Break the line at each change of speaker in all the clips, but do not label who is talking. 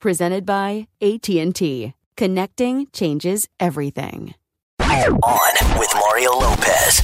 presented by AT&T. Connecting changes everything.
On with Mario Lopez.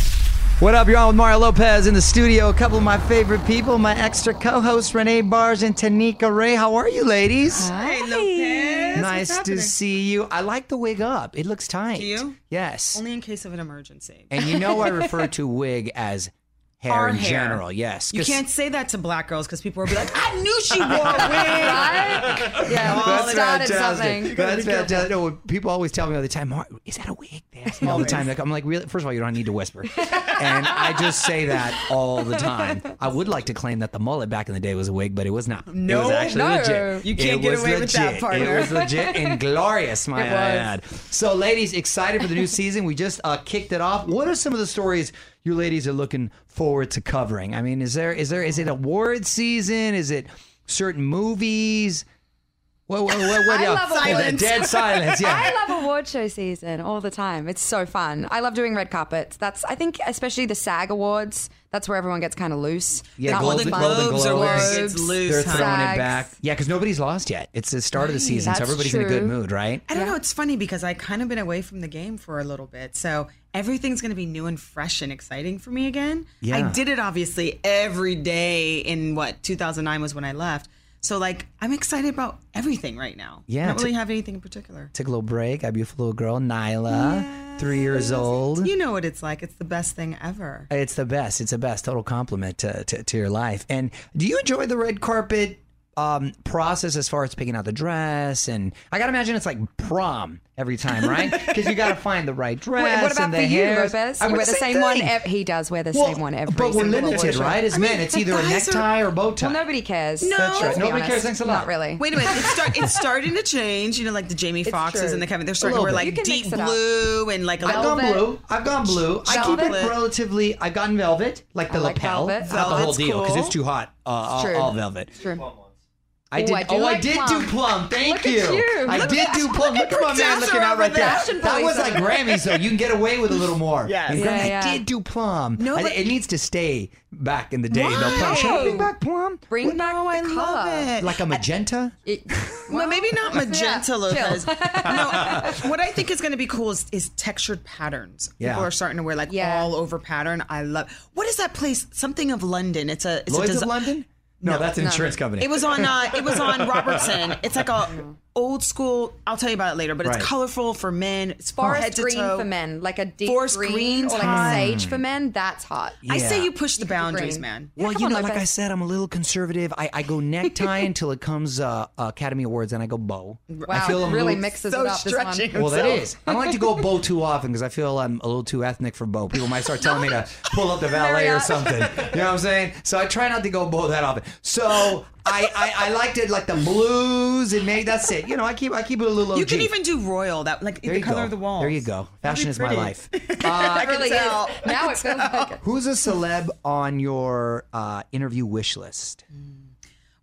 What up, y'all? With Mario Lopez in the studio. A couple of my favorite people, my extra co-hosts Renee Bars and Tanika Ray. How are you, ladies?
Hey, Lopez.
Nice
What's
to
happening?
see you. I like the wig up. It looks tight.
Do you?
Yes.
Only in case of an emergency.
and you know I refer to wig as hair
Our
in
hair.
general. Yes.
You
'cause-
can't say that to black girls because people will be like, I knew she wore a wig. right? Yeah, all
That's
the
started
fantastic.
something.
You gotta
That's
be careful.
fantastic. No, people always tell me all the time, "Mar- is that a wig? They ask me all the time. Like, I'm like, really? First of all, you don't need to whisper. and I just say that all the time. I would like to claim that the mullet back in the day was a wig, but it was not. it was
No,
actually
no.
legit.
You can't
It
get
was
away with that,
legit.
partner.
It was legit and glorious, my
It
I
was.
add. So, ladies, excited for the new season. We just uh, kicked it off. What are some of the stories you ladies are looking forward to covering? I mean, is there is there is it award season? Is it certain movies? What what what? what
I
yeah,
love
yeah,
awards.
Dead silence. Yeah.
I love award show season all the time. It's so fun. I love doing red carpets. That's I think especially the SAG Awards. That's where everyone gets kind of loose.
Yeah,
That
Golden
one's
Golden
fun.
Globes
Globes are where it
Globes.
gets loose.
They're
huh?
throwing it
Sags.
back. Yeah, because nobody's lost yet. It's the start of the season, so
That's
everybody's in a good
true.
mood, right?
I don't know. It's funny because I kind of been away from the game for a little bit, so everything's going to be new and fresh and exciting for me again. I
Yeah.
did it obviously every day in what 2009 was when I left. So like I'm excited about everything right now.
Yeah,
I don't
t-
really have anything in particular.
Took a little break. Our beautiful little girl, Nyla, three years old.
You know what it's like. It's the best thing ever.
It's the best. It's the best. Total compliment to, to, to your life. And do you enjoy the red carpet um, process as far as picking out the dress? And I gotta imagine it's like prom every time, right? Because you gotta find the right dress.
Wait, what about
and
for
the
you,
hairs.
Lopez?
I
You
would
wear the same one.
thing.
Ev- he does wear the
Well,
same one every.
But we're
single
limited,
award show.
right? As men, it's either a
guys are-
necktie or bow tie.
Well, nobody cares.
No. That's right.
Let's be
Nobody
honest.
cares. Thanks a lot.
Not really.
Wait a minute. It's, start, it's starting to change. You know, like the Jamie Foxes
true.
and the Kevin. They're
A
starting to
little
wear
bit.
You
like
can
deep
mix it up.
blue and like a
I've
little.
gone
Velvet.
blue. I've gone blue. I keep it
Velvet.
relatively. I've gotten velvet, like the
I like
lapel,
velvet.
not the whole
Velvet's
deal because
cool.
it's too hot. Uh, all,
true.
all velvet.
True.
I
Ooh,
did.
I do
oh, I
like
did
plum.
do plum. Thank
Look at you.
I
Look
did
at-
do plum. Look
look at
at my man
Cortázar
looking out
over
right there.
there. Fashion
That was
police.
like Grammys, though. You can get away with a little more.
Yes.
And
Yeah,
Grammy, I
yeah.
did do plum.
No,
I-
but-
it needs to stay back in the day. though. Plum. Should I bring back plum?
Bring back
Oh,
the
I
color.
love it.
Like a magenta?
It-
Well, maybe not magenta,
Yeah,
Lopez.
chill.
no, what I think is going to be cool is, is textured patterns.
Yeah.
People are starting to wear like
Yeah.
all over pattern. I love. What is that place? Something of London. It's a. It's a
Lloyd's
desi-
of London? No, that's an insurance company.
It was on. Uh, it was on Robertson. It's like a. old school. I'll tell you about it later, but
Right.
it's colorful for men. It's
Forest
head to
green
toe.
for men, like a deep
Forest
green,
green's
or like
hot.
sage for men. That's hot.
I say
Yeah.
you push the boundaries,
green.
man.
Yeah,
well,
come
you
on,
know, like
Lopez.
I said, I'm a little conservative. I, I go necktie until it comes uh, Academy Awards, and I go bow. I
Wow,
feel
it
I'm a
really
little-
mixes
so
it up. This
stretching.
one.
Well, that
himself.
is. I don't like to go bow too often because I feel I'm a little too ethnic for bow. People might start telling me to pull up the valet or
Marriott.
something. You know what I'm saying? So I try not to go bow that often. So I, I, I liked it like the blues and maybe that's it. You know, I keep I keep it a little.
You
OG.
can even do royal. That like
There
the
you
color
go.
of the walls.
There you go. Fashion is my
pretty.
life. Uh,
I can
Really is.
tell.
Now it feels like it.
Who's a celeb on your uh, interview wish list?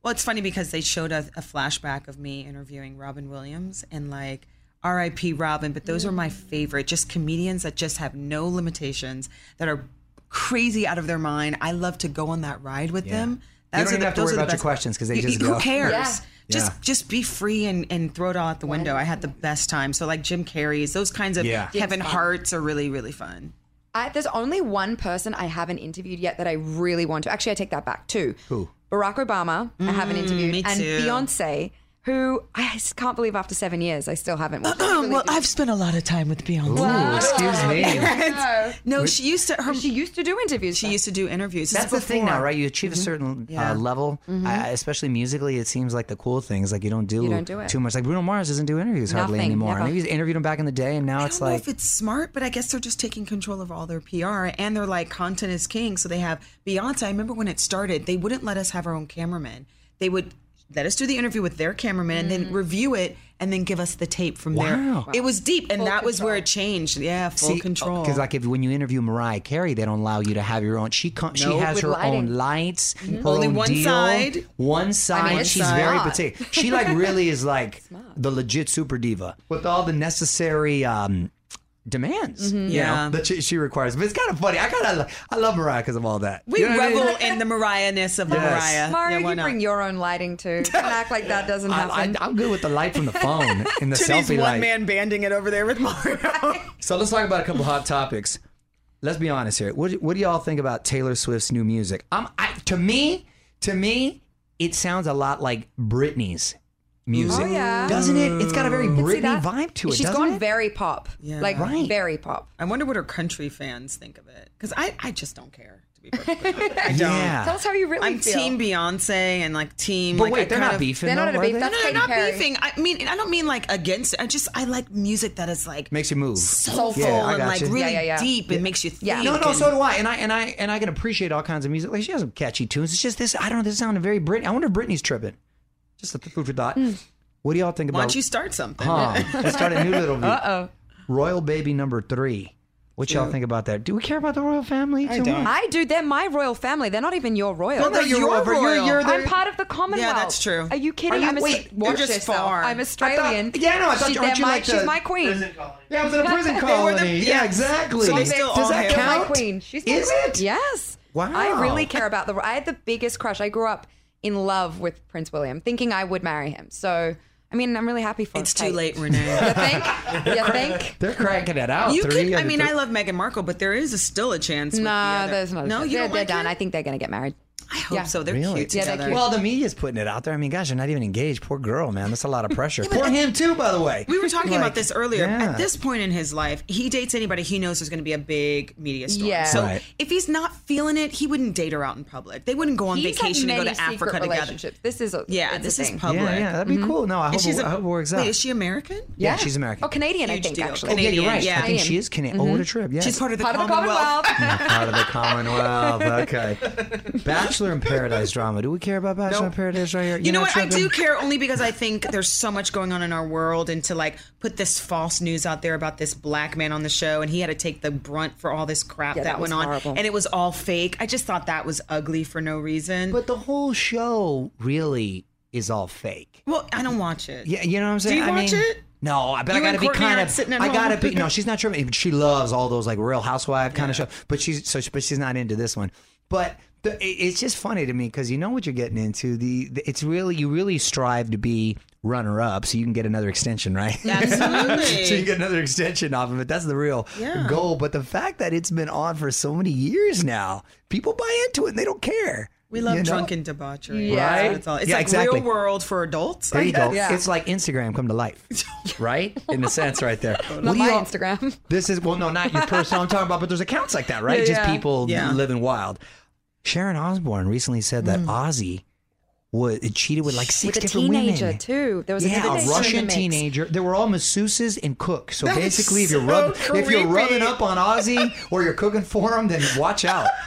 Well, it's funny because they showed a, a flashback of me interviewing Robin Williams and like R.I.P. Robin, but those are my favorite. Just comedians that just have no limitations, that are crazy out of their mind. I love to go on that ride with them.
You don't
are
even have to
those
worry
are the
about your
best.
questions 'cause they
Y- y-
just
who
go.
cares.
Yeah.
Just
Yeah.
just be free and, and throw it all out the window. I had the best time. So like Jim Carrey's, those kinds of
Yeah.
Kevin Hart's are really really fun.
I, there's only one person I haven't interviewed yet that I really want to. Actually, I take that back. Two. Who? Barack Obama. I haven't interviewed,
Mm, me
and
too.
Beyonce, who I just can't believe after seven years I still haven't. watched. I really
well,
do.
I've spent a lot of time with Beyonce.
Ooh, excuse me.
No, she used to her
she used to do interviews.
she used to do interviews. This
That's
is
the thing now,
before.
right? You achieve a certain
Yeah.
uh, level, I- especially musically. It seems like the cool things, like you don't do,
You don't do it.
too much. Like Bruno Mars doesn't do interviews hardly
Nothing,
anymore.
never.
Maybe he's interviewed him back in the day, and now
I
it's
don't know
like
if it's smart, but I guess they're just taking control of all their PR and they're like content is king. So they have Beyonce. I remember when it started, they wouldn't let us have our own cameraman. They would let us do the interview with their cameraman and then review it and then give us the tape from
Wow. oh,
there. It was deep and that was where it changed. Yeah, full control.
Because uh, like if when you interview Mariah Carey, they don't allow you to have your own. She con- she
Nope.
has
With
her
lighting.
own lights, her
Mm-hmm. Only
own
one
deal,
side.
One side.
it's
She's
smart.
very particular. She like really is like the legit super diva with all the necessary. um Demands, you know,
Mm-hmm. Yeah.
that she, she requires. But it's kind of funny. I kind of I love Mariah because of all that.
we
You know what I mean?
revel in the Mariahness of the Mariah.
Mario,
Yeah, why
you
not?
bring your own lighting too. Don't act like that doesn't
I,
happen.
I, I'm good with the light from the phone and the
Timmy's
selfie
one
light.
man banding it over there with Mario.
So let's talk about a couple hot topics. Let's be honest here. What, what do y'all think about Taylor Swift's new music? Um, I, to me, to me, it sounds a lot like Britney's music,
Oh, yeah.
doesn't it? It's got a very
See
Britney
that?
vibe to it.
She's
doesn't
gone
it?
very pop.
Yeah.
Like
Right.
very pop.
I wonder what her country fans think of it. Because I, I just don't care, to be perfectly honest. I don't.
Yeah.
Tell us how you really
I'm
feel.
team Beyonce and like team.
but
like, I
wait, they're
kind
not
of-
beefing.
They're not
though,
at a
are
beef.
they?
That's
No, no,
Katy
not
Perry.
beefing. I mean, I don't mean like against. I just I like music that is like
Makes you move.
soulful
Yeah, I
and
got
like
you.
really
Yeah, yeah, yeah.
deep. It makes you think.
Yeah.
No, no,
and-
so do I, and I, and I, and I can appreciate all kinds of music. Like she has some catchy tunes. It's just this. I don't know. This sounded very Britney. I wonder if Britney's tripping. Just a food for thought.
Hmm.
What do y'all think
why
about?
don't you start something?
Huh. Let's start a new little. Uh oh. Royal baby number three. What y'all think about that? Do we care about the royal family? I
don't.
I do. They're my royal family. They're not even your royal.
Well, no, you're
You're
royal. but You're,
royal.
you're the-
I'm part of the Commonwealth.
that's true.
Are you kidding?
Are you-
I'm a,
wait,
watch
you're just
yourself.
far.
I'm
I
I thought-
Australian.
yeah, I know. I thought
she's,
aren't
they're
you
my,
like the,
she's my queen.
Yeah, I was in a prison colony. yeah, exactly.
So they still
Does
all
that
hail.
They're
count?
my queen. She's my
Is
queen.
it?
Yes.
Wow.
I really care about the. I had the biggest crush. I grew up in love with Prince William, thinking I would marry him. So, I mean, I'm really happy for.
It's
Kate.
too late, Renee.
You think? You think?
They're cracking it out.
You
three
could, I
out of
mean,
three.
I love Meghan Markle, but there is a, still a chance. with the
No,
other-
there's not. a
No, you
chance. they're,
don't
they're
like
done.
it?
I think they're going to get married.
I hope
yeah.
so. They're
Really?
cute
Yeah, they're
together.
cute.
Well, the media's putting it out there. I mean, gosh, you're not even engaged. Poor girl, man. That's a lot of pressure. Poor him too, by the way.
We were talking about this earlier.
yeah.
At this point in his life, he dates anybody he knows is going to be a big media storm.
Yeah.
So
Right.
if he's not feeling it, he wouldn't date her out in public. They wouldn't go on
He's had
vacation and go
many
to
secret
Africa together.
relationships. This is a,
Yeah,
it's
this
a
is
thing.
public. Mm-hmm.
Yeah, yeah, that'd be cool. No, I hope, it, I hope it works out.
Wait, is she American?
yeah, she's American.
Oh, Canadian, I
Huge
think
deal.
actually.
Oh, yeah, you're
Canadian,
right.
yeah. Mm-hmm.
I think she is Canadian. Oh, what a trip. Yeah.
She's part of the
Part of the
Commonwealth.
Commonwealth.
part of the Commonwealth. Okay. Bachelor in Paradise drama. Do we care about Bachelor in Paradise right here?
You, know what? I do care only because I think there's so much going on in our world, and to like put this false news out there about this black man on the show, and he had to take the brunt for all this crap
Yeah,
that,
that was
went on,
horrible.
and it was all fake. I just thought that was ugly for no reason.
But the whole show really is all fake.
well, I don't watch it.
Yeah, you know what I'm saying.
you
I
watch
mean,
it?
No, I- but
You
I gotta
and
be
Courtney
kind
aren't
of.
sitting at
I gotta
home.
be. No, she's not trimming. She loves all those like Real Housewife kind of show, but she's so. But she's not into this one. But the, it- it's just funny to me because you know what you're getting into. The, the it's really you really strive to be runner up so you can get another extension, right?
Absolutely.
so you get another extension off of it. That's the real goal. But the fact that it's been on for so many years now, people buy into it and they don't care.
We love
You know-
drunken debauchery.
Yeah.
That's
Right?
what it's all. It's
Yeah,
like
exactly.
real world for adults.
There
I
you go.
guess.
Yeah.
It's like Instagram come to life, right? In a sense, right there.
Not
do
my
you all-
Instagram.
This is well, no, not your personal. I'm talking about, but there's accounts like that, right?
Yeah,
Just
yeah.
people
Yeah. Mm.
living wild. Sharon Osbourne recently said that Ozzy was cheated with like six
With a
different
teenager
women.
too. There was a,
yeah, a
teenager in the
Russian
mix.
teenager. They were all masseuses and cooks. So
That is
basically, if you're
so
rubbing, if you're
creepy.
rubbing up on Ozzy or you're cooking for him, then watch out.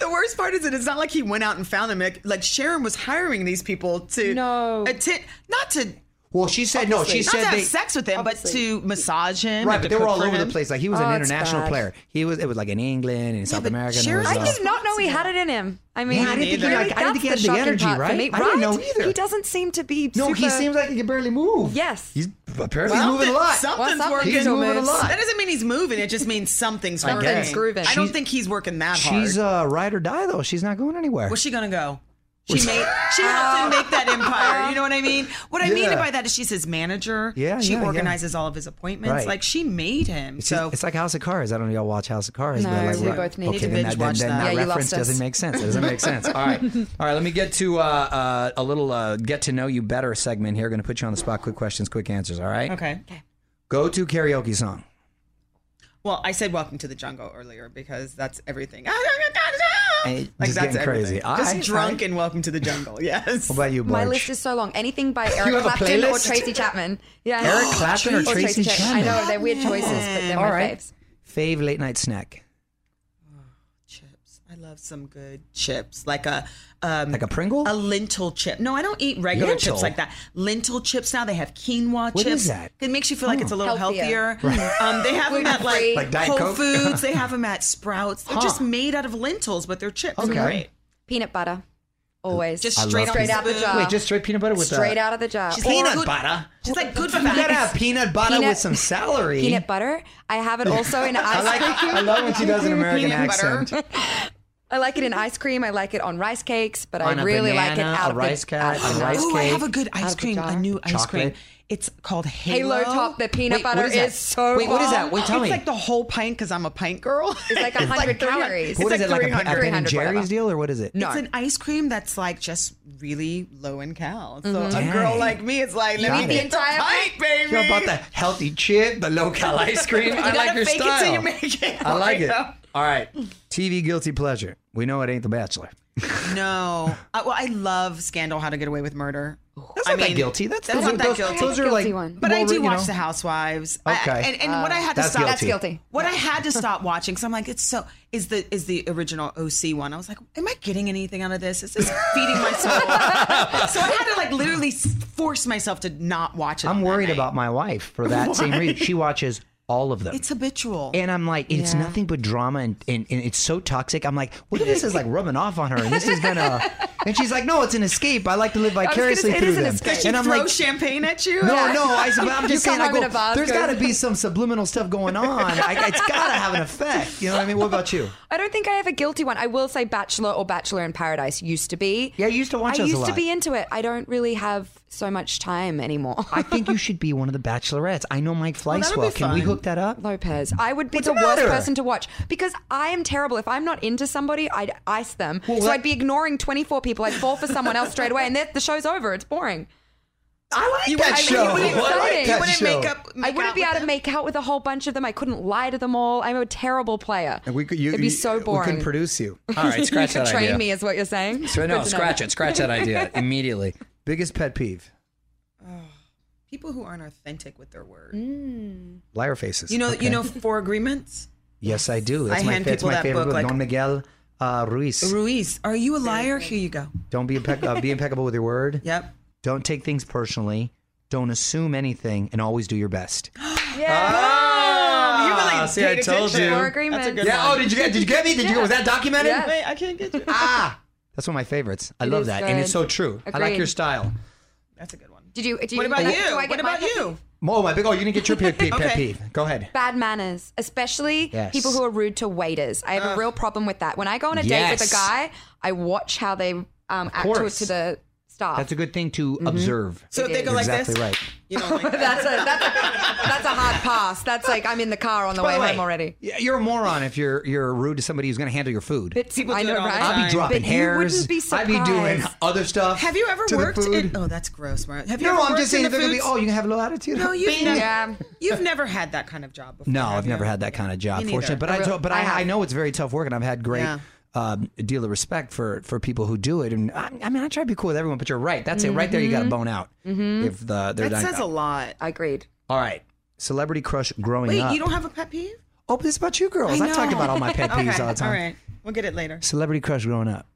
The worst part is that it's not like he went out and found them. Like, like Sharon was hiring these people to
No.
atten- not to
Well, she said no. She
not
said
to have
they
sex with him, but to massage him.
right,
and
but
to
they were
cook
all
for
over the
him.
place. Like he was
Oh,
an
it's
international
bad.
player. He was. It was like in England and South
but
America. and
Sharon-
all
I
this
did not know he had it in him. I mean,
Yeah, I didn't
think he had-
like,
I didn't
that's
think he had the
shocking
energy,
part for
right?
me,
I didn't know either.
He doesn't seem to be.
No, he
super-
seems like he can barely move.
Yes.
He's apparently
Well,
moving a
something-
lot.
Something's
Well,
working.
He's moving a lot.
That doesn't mean he's moving. It just means something's
Something's
working.
grooving.
I don't
She's-
think he's working that hard.
She's uh, ride or die though. She's not going anywhere.
Where's she gonna go? She made she helped him make that empire. You know what I mean? What I mean
Yeah.
by that is she's his manager.
Yeah,
she
yeah, yeah.
organizes all of his appointments.
Right.
Like she made him.
it's,
so
it's like House of Cards. I don't know if y'all watch House of Cards.
No,
but like,
we
right.
both need
okay,
to
then
binge
that,
watch
then,
that.
then
Yeah, you
that reference
lost us.
doesn't make sense. It doesn't make sense. All right, all right. Let me get to uh, uh, a little uh, get to know you better segment here. Going to put you on the spot. Quick questions, quick answers. All right.
okay.
Go to karaoke song.
Well, I said "Welcome to the Jungle" earlier because that's everything.
Hey,
Like
just
that's
getting crazy.
everything.
All
Just
right, all
drunk
right.
and "Welcome to the Jungle." Yes.
What about you, Blanche?
My list is so long. Anything by
have a
Eric Clapton or
playlist?
Tracy Chapman. Yeah. Oh,
Eric Clapton or Tracy
I
Chapman.
know they're weird choices, but they're
All
my
right.
faves.
Fave late night snack.
chips. I love some good chips, like a um,
Like a Pringle?
a lentil chip. No, I don't eat regular
Lentil?
chips like that. Lentil chips now they have quinoa
What
chips.
is that?
It makes you feel like it's a little
Healthier.
healthier. Um, they have them at like,
Gluten-free. Like
Diet
Whole
Coke?
Foods. They have them at Sprouts. They're just
Huh.
made out of lentils, but they're chips.
Okay.
They're great.
Peanut butter. Always.
Just
I
straight,
love
on
Straight
out the
spoon.
jar.
Wait, just straight peanut butter with
straight
uh,
out of the jar.
She's
Or
like
peanut
good-
butter.
She's like good for
You gotta have
fat.
peanut butter
Peanut-
with some celery.
peanut butter. I have it also in
I
ice
like. I love when she does an American
Peanut butter.
accent.
I like it in ice cream. I like it on rice cakes, but
On
I
a
really like it
banana,
out
a
of
rice
the,
cake,
out of
a
the
rice
nut.
Ooh, I have a good
Out
ice
of the
cream,
jar.
a new ice
Chocolate.
cream. It's called Halo.
Halo top, the peanut
Wait, what
butter
is that?
is so
Wait, what is that?
bomb.
Wait, tell
it's
me.
like the whole pint because I'm a pint girl.
It's like 100 calories.
What
It's
is
like
it like a- a,
300,
Ben and Jerry's
whatever.
deal or what is it?
No.
It's an ice cream that's like just really low in cal. So
Mm-hmm. Dang.
a girl like me, it's like let
Got
me
it.
get the
Entire
pint, baby.
You're about the healthy chip, the low cal ice cream. I
gotta
like your
fake it till
style.
you make it.
I like it.
Mario.
All right, TV guilty pleasure. We know it ain't The Bachelor.
No, I, well, I love Scandal: How to Get Away with Murder.
That's
I
not that
mean,
guilty. That's,
that's
those
not
are-
that
those-
guilty.
Those are
Guilty
like,
one.
But I
well,
do
you
watch
know.
The Housewives. I-
Okay.
and and what I had to
That's
stop.
That's guilty.
What I had to stop watching because I'm like, it's so is the is the original OC one. I was like, am I getting anything out of this? Is this feeding my soul? so I had to like literally s- force myself to not watch it.
I'm
that
worried
night.
about my wife for that same reason. She watches all of them.
It's habitual.
and I'm like, it's
Yeah.
nothing but drama, and, and, and it's so toxic. I'm like, what if this is like rubbing off on her, and this is gonna? And she's like, no, it's an escape. I like to live
gonna
vicariously
say, it
through
is an
them.
escape.
Does she
And I'm
throw
like,
champagne at you?
No, no. I, but I'm
You
just
come
saying, I
home in
go,
a vase,
there's
goes-
got to be some subliminal stuff going on. I, it's got to have an effect. You know what I mean? What about you?
I don't think I have a guilty one. I will say Bachelor or Bachelor in Paradise used to be.
Yeah, you used to watch
I
those a
used to
lot.
be into it. I don't really have so much time anymore.
I think you should be one of the bachelorettes. I know Mike Fleiss
that'd
well.
be
Can we
fun.
hook that up?
Lopez. I would be
What's
the
the
worst
matter?
person to watch because I am terrible. If I'm not into somebody, I'd ice them. so
that-
I'd be ignoring 24 people. I'd fall for someone else straight away, and that- the show's over. It's boring.
I like
You
that
wouldn't-
show.
You wouldn't,
I like
you
that
wouldn't
show.
make up.
I
make
wouldn't
out
be
with
able to
them?
make out with a whole bunch of them. I couldn't lie to them all. I'm a terrible player.
And we could, you,
It'd be
you-
so
We
boring.
couldn't produce you. All right,
you
scratch that
could train
idea.
me, is what you're saying.
So, no, scratch it. Scratch that idea immediately. Biggest pet peeve:
people who aren't authentic with their word.
Mm-hmm.
liar faces.
You know,
Okay.
you know, four agreements.
Yes, I do. That's
I
my,
hand
that's
people
my
that
favorite
book,
book.
like-
Don Miguel uh, Ruiz.
Ruiz, are you a liar? Here you go.
Don't be impec- uh, be impeccable with your word.
Yep.
Don't take things personally. Don't assume anything, and always do your best. Ah!
you really
see,
paid
I told
attention.
you.
Four agreements.
That's a good
Yeah. Oh,
one.
did you get? Did you get me? Did you? Was that documented?
Yeah.
Wait, I can't get you.
Ah, that's one of my favorites. I
It
love
is
that, and it's so
good.
true. I like
Agreed.
your style.
That's a good one.
Did you? Do you
What about
do
you?
I get
What
my
about
pet peeve?
you?
Oh my big! Oh, you didn't get your pet peeve. Pet
Okay.
peeve. Go ahead.
Bad manners, especially
Yes.
people who are rude to waiters. I have a real problem with that. When I go on a date with
Yes.
a guy, I watch how they um, act to,
course.
to the stuff.
That's a good thing to observe.
Mm-hmm. So if they go like
exactly
this,
right.
you know, like that.
that's a that's a, that's a hard pass. That's like I'm in the car
Oh,
on the way,
By the
home already.
y- You're a moron if you're you're rude to somebody who's going to handle your food.
But
People
I
do it
know,
all the
right?
time.
I'd be dropping
but
hairs.
You wouldn't be
I'd
surprised.
be doing other stuff.
Have you ever
to the
worked
food.
in? Oh, that's gross, Mark. Have you
no,
ever
I'm
worked
just saying
in the
they're going to be.
foods-
Oh, you can have low attitude.
No, you've never,
Yeah.
you've never had that kind of job before.
No,
have
I've
you?
never had that kind of job,
Me neither.
fortunately. But I,
really-
but
I
I, I
have.
know it's very tough work, and I've had great
Yeah.
um, deal of respect for for people who do it. And I, I mean, I try to be cool with everyone, but you're right. That's it, right there. You got to bone out if the they're
Mm-hmm. That
not-
says a lot.
I agreed.
All right, celebrity crush growing
Wait,
up.
you don't have a pet peeve?
oh, but this is about you, girls. I,
know.
talk about all my pet peeves
okay.
all the time.
All right, we'll get it later.
Celebrity crush growing up.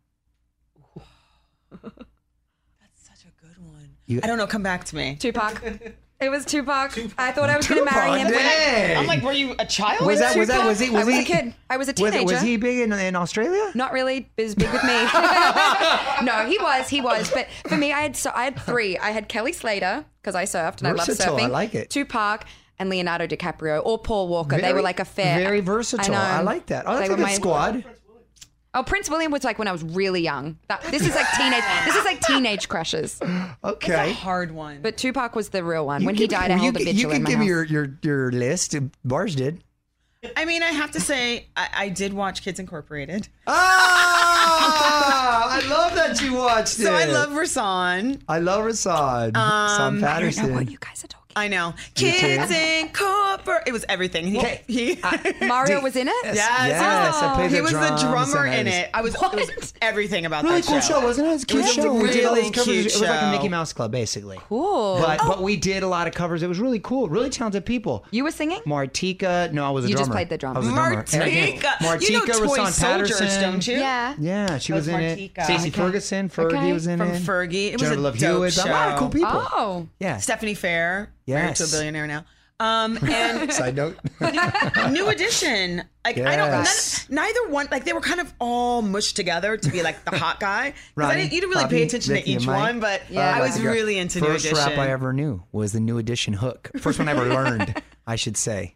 Such a good one.
You-
I don't know. Come back to me.
Tupac. It was Tupac. I thought I was going to marry him.
Tupac?
when I-
Dang.
I'm like, were you a child?
Was that was that
Tupac?
was he was
I was
he
a kid. I was a
Was,
teenager.
was he big in, in Australia?
Not really as big with me. no, he was, he was. But for me, I had so I had three. I had Kelly Slater because I surfed and I
Versatile,
love
I
surfing.
like it.
Tupac and Leonardo DiCaprio or Paul Walker. they
Very-
were like a fair.
Very versatile.
know.
I, like that. Oh, that's
They
a
were
good
my-
squad.
Oh, Prince William was like when I was really young. That, this is like teenage. this is like teenage crushes.
Okay.
hard one?
But Tupac was the real one.
You
when
can
he
give-
died, I
you
held a
can-
vigil
You can
in my
give me
house.
your, your, your list. Bars did.
I mean, I have to say, I, I did watch Kids Incorporated,
Oh, Ah! I love that you watched it.
so I love Rasan.
I love Rassad.
Um,
Sam
I know what
Patterson.
you guys are talking.
I know. Kids Incorporated. It was everything. He,
Okay.
he,
Mario was in it. Oh.
Yes, he
Yes, I
was-
played
he
the
was
drums
the drummer
and I
in
was-
it. I was, it was everything about
Really
that
cool show, wasn't it? It was a cute
was a
show. we did all
really
these covers.
cute
it was like a
show.
Mickey Mouse Club, basically.
Cool. Oh.
But but we did a lot of covers. It was really cool. Really talented people.
you were singing.
Martika. No, I was a
You
drummer.
just played the drummer.
I was a drummer.
Martika.
Martika
you know toy
Rasan
soldiers,
Patterson.
don't you?
yeah.
Yeah, she
That
was,
was
in it.
Martika.
Stacey
Okay.
Ferguson. Fergie
Okay.
was in
From
it.
Fergie. It was
Jennifer
a
Love
dope
Hewitt. A lot of cool
show.
people.
Oh.
Yeah.
Stephanie Fair. Married
Yes.
to a billionaire now. Um, and
Side note.
New Edition. Like I don't.
Yes.
None, neither one. Like they were kind of all mushed together to be like the hot guy. 'Cause I
Ronnie,
didn't, you didn't really
Bobby,
pay attention
Ricky,
to each
Mike.
one, but
Yeah.
I was
Like, uh,
really into
First
New Edition.
rap I ever knew was the New Edition hook. First one I ever learned, I should say.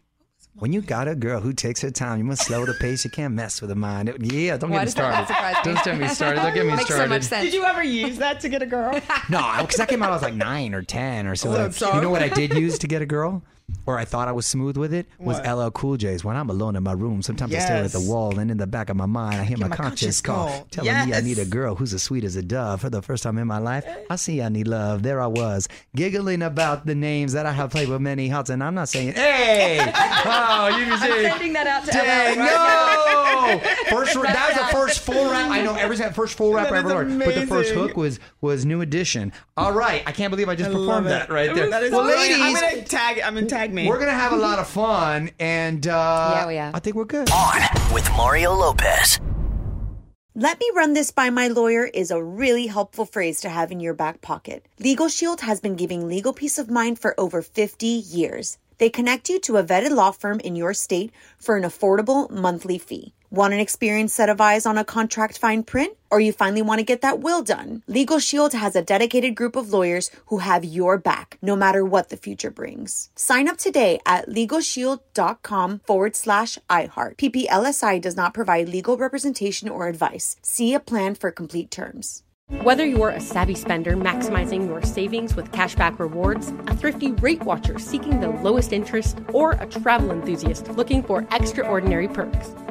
When you got a girl who takes her time, you must slow the pace. You can't mess with her mind. It- Yeah, don't
Why
get me
does that
started.
surprise me?
Don't get me started. Don't get me
Makes so
started.
much sense.
Did you ever use that to get a girl?
No, because that came out. I was like nine or ten or something.
That song?
you know what I did use to get a girl, or I thought I was smooth with it, was
What?
LL Cool J's. When I'm alone in my room, sometimes I stare at the
Yes.
wall, and in the back of my mind, I hear my,
my
conscience
conscience
call,
call.
telling me I need a
Yes.
girl who's as sweet as a dove. For the first time in my life, I see I need love. There I was, giggling about the names that I have played with many hearts, and I'm not saying, hey, oh, you can say.
Sending that out to
Dang,
everyone. right now.
no! First, that was the first full rap. I know every single first full rap I
That
ever
is
learned, but the first
amazing.
hook was was New Edition. All right, I can't believe I just performed that right there.
That is
well,
brilliant.
ladies,
I'm gonna tag. I'm gonna tag me.
we're gonna have a lot of fun, and uh,
Yeah, we are.
I think we're good.
On with Mario Lopez.
Let me run this by my lawyer is a really helpful phrase to have in your back pocket. Legal Shield has been giving legal peace of mind for over 50 years. They connect you to a vetted law firm in your state for an affordable monthly fee. Want an experienced set of eyes on a contract fine print? Or you finally want to get that will done? Legal Shield has a dedicated group of lawyers who have your back no matter what the future brings. Sign up today at LegalShield.com forward slash iHeart. PPLSI does not provide legal representation or advice. See a plan for complete terms.
Whether you're a savvy spender maximizing your savings with cashback rewards, a thrifty rate watcher seeking the lowest interest, or a travel enthusiast looking for extraordinary perks,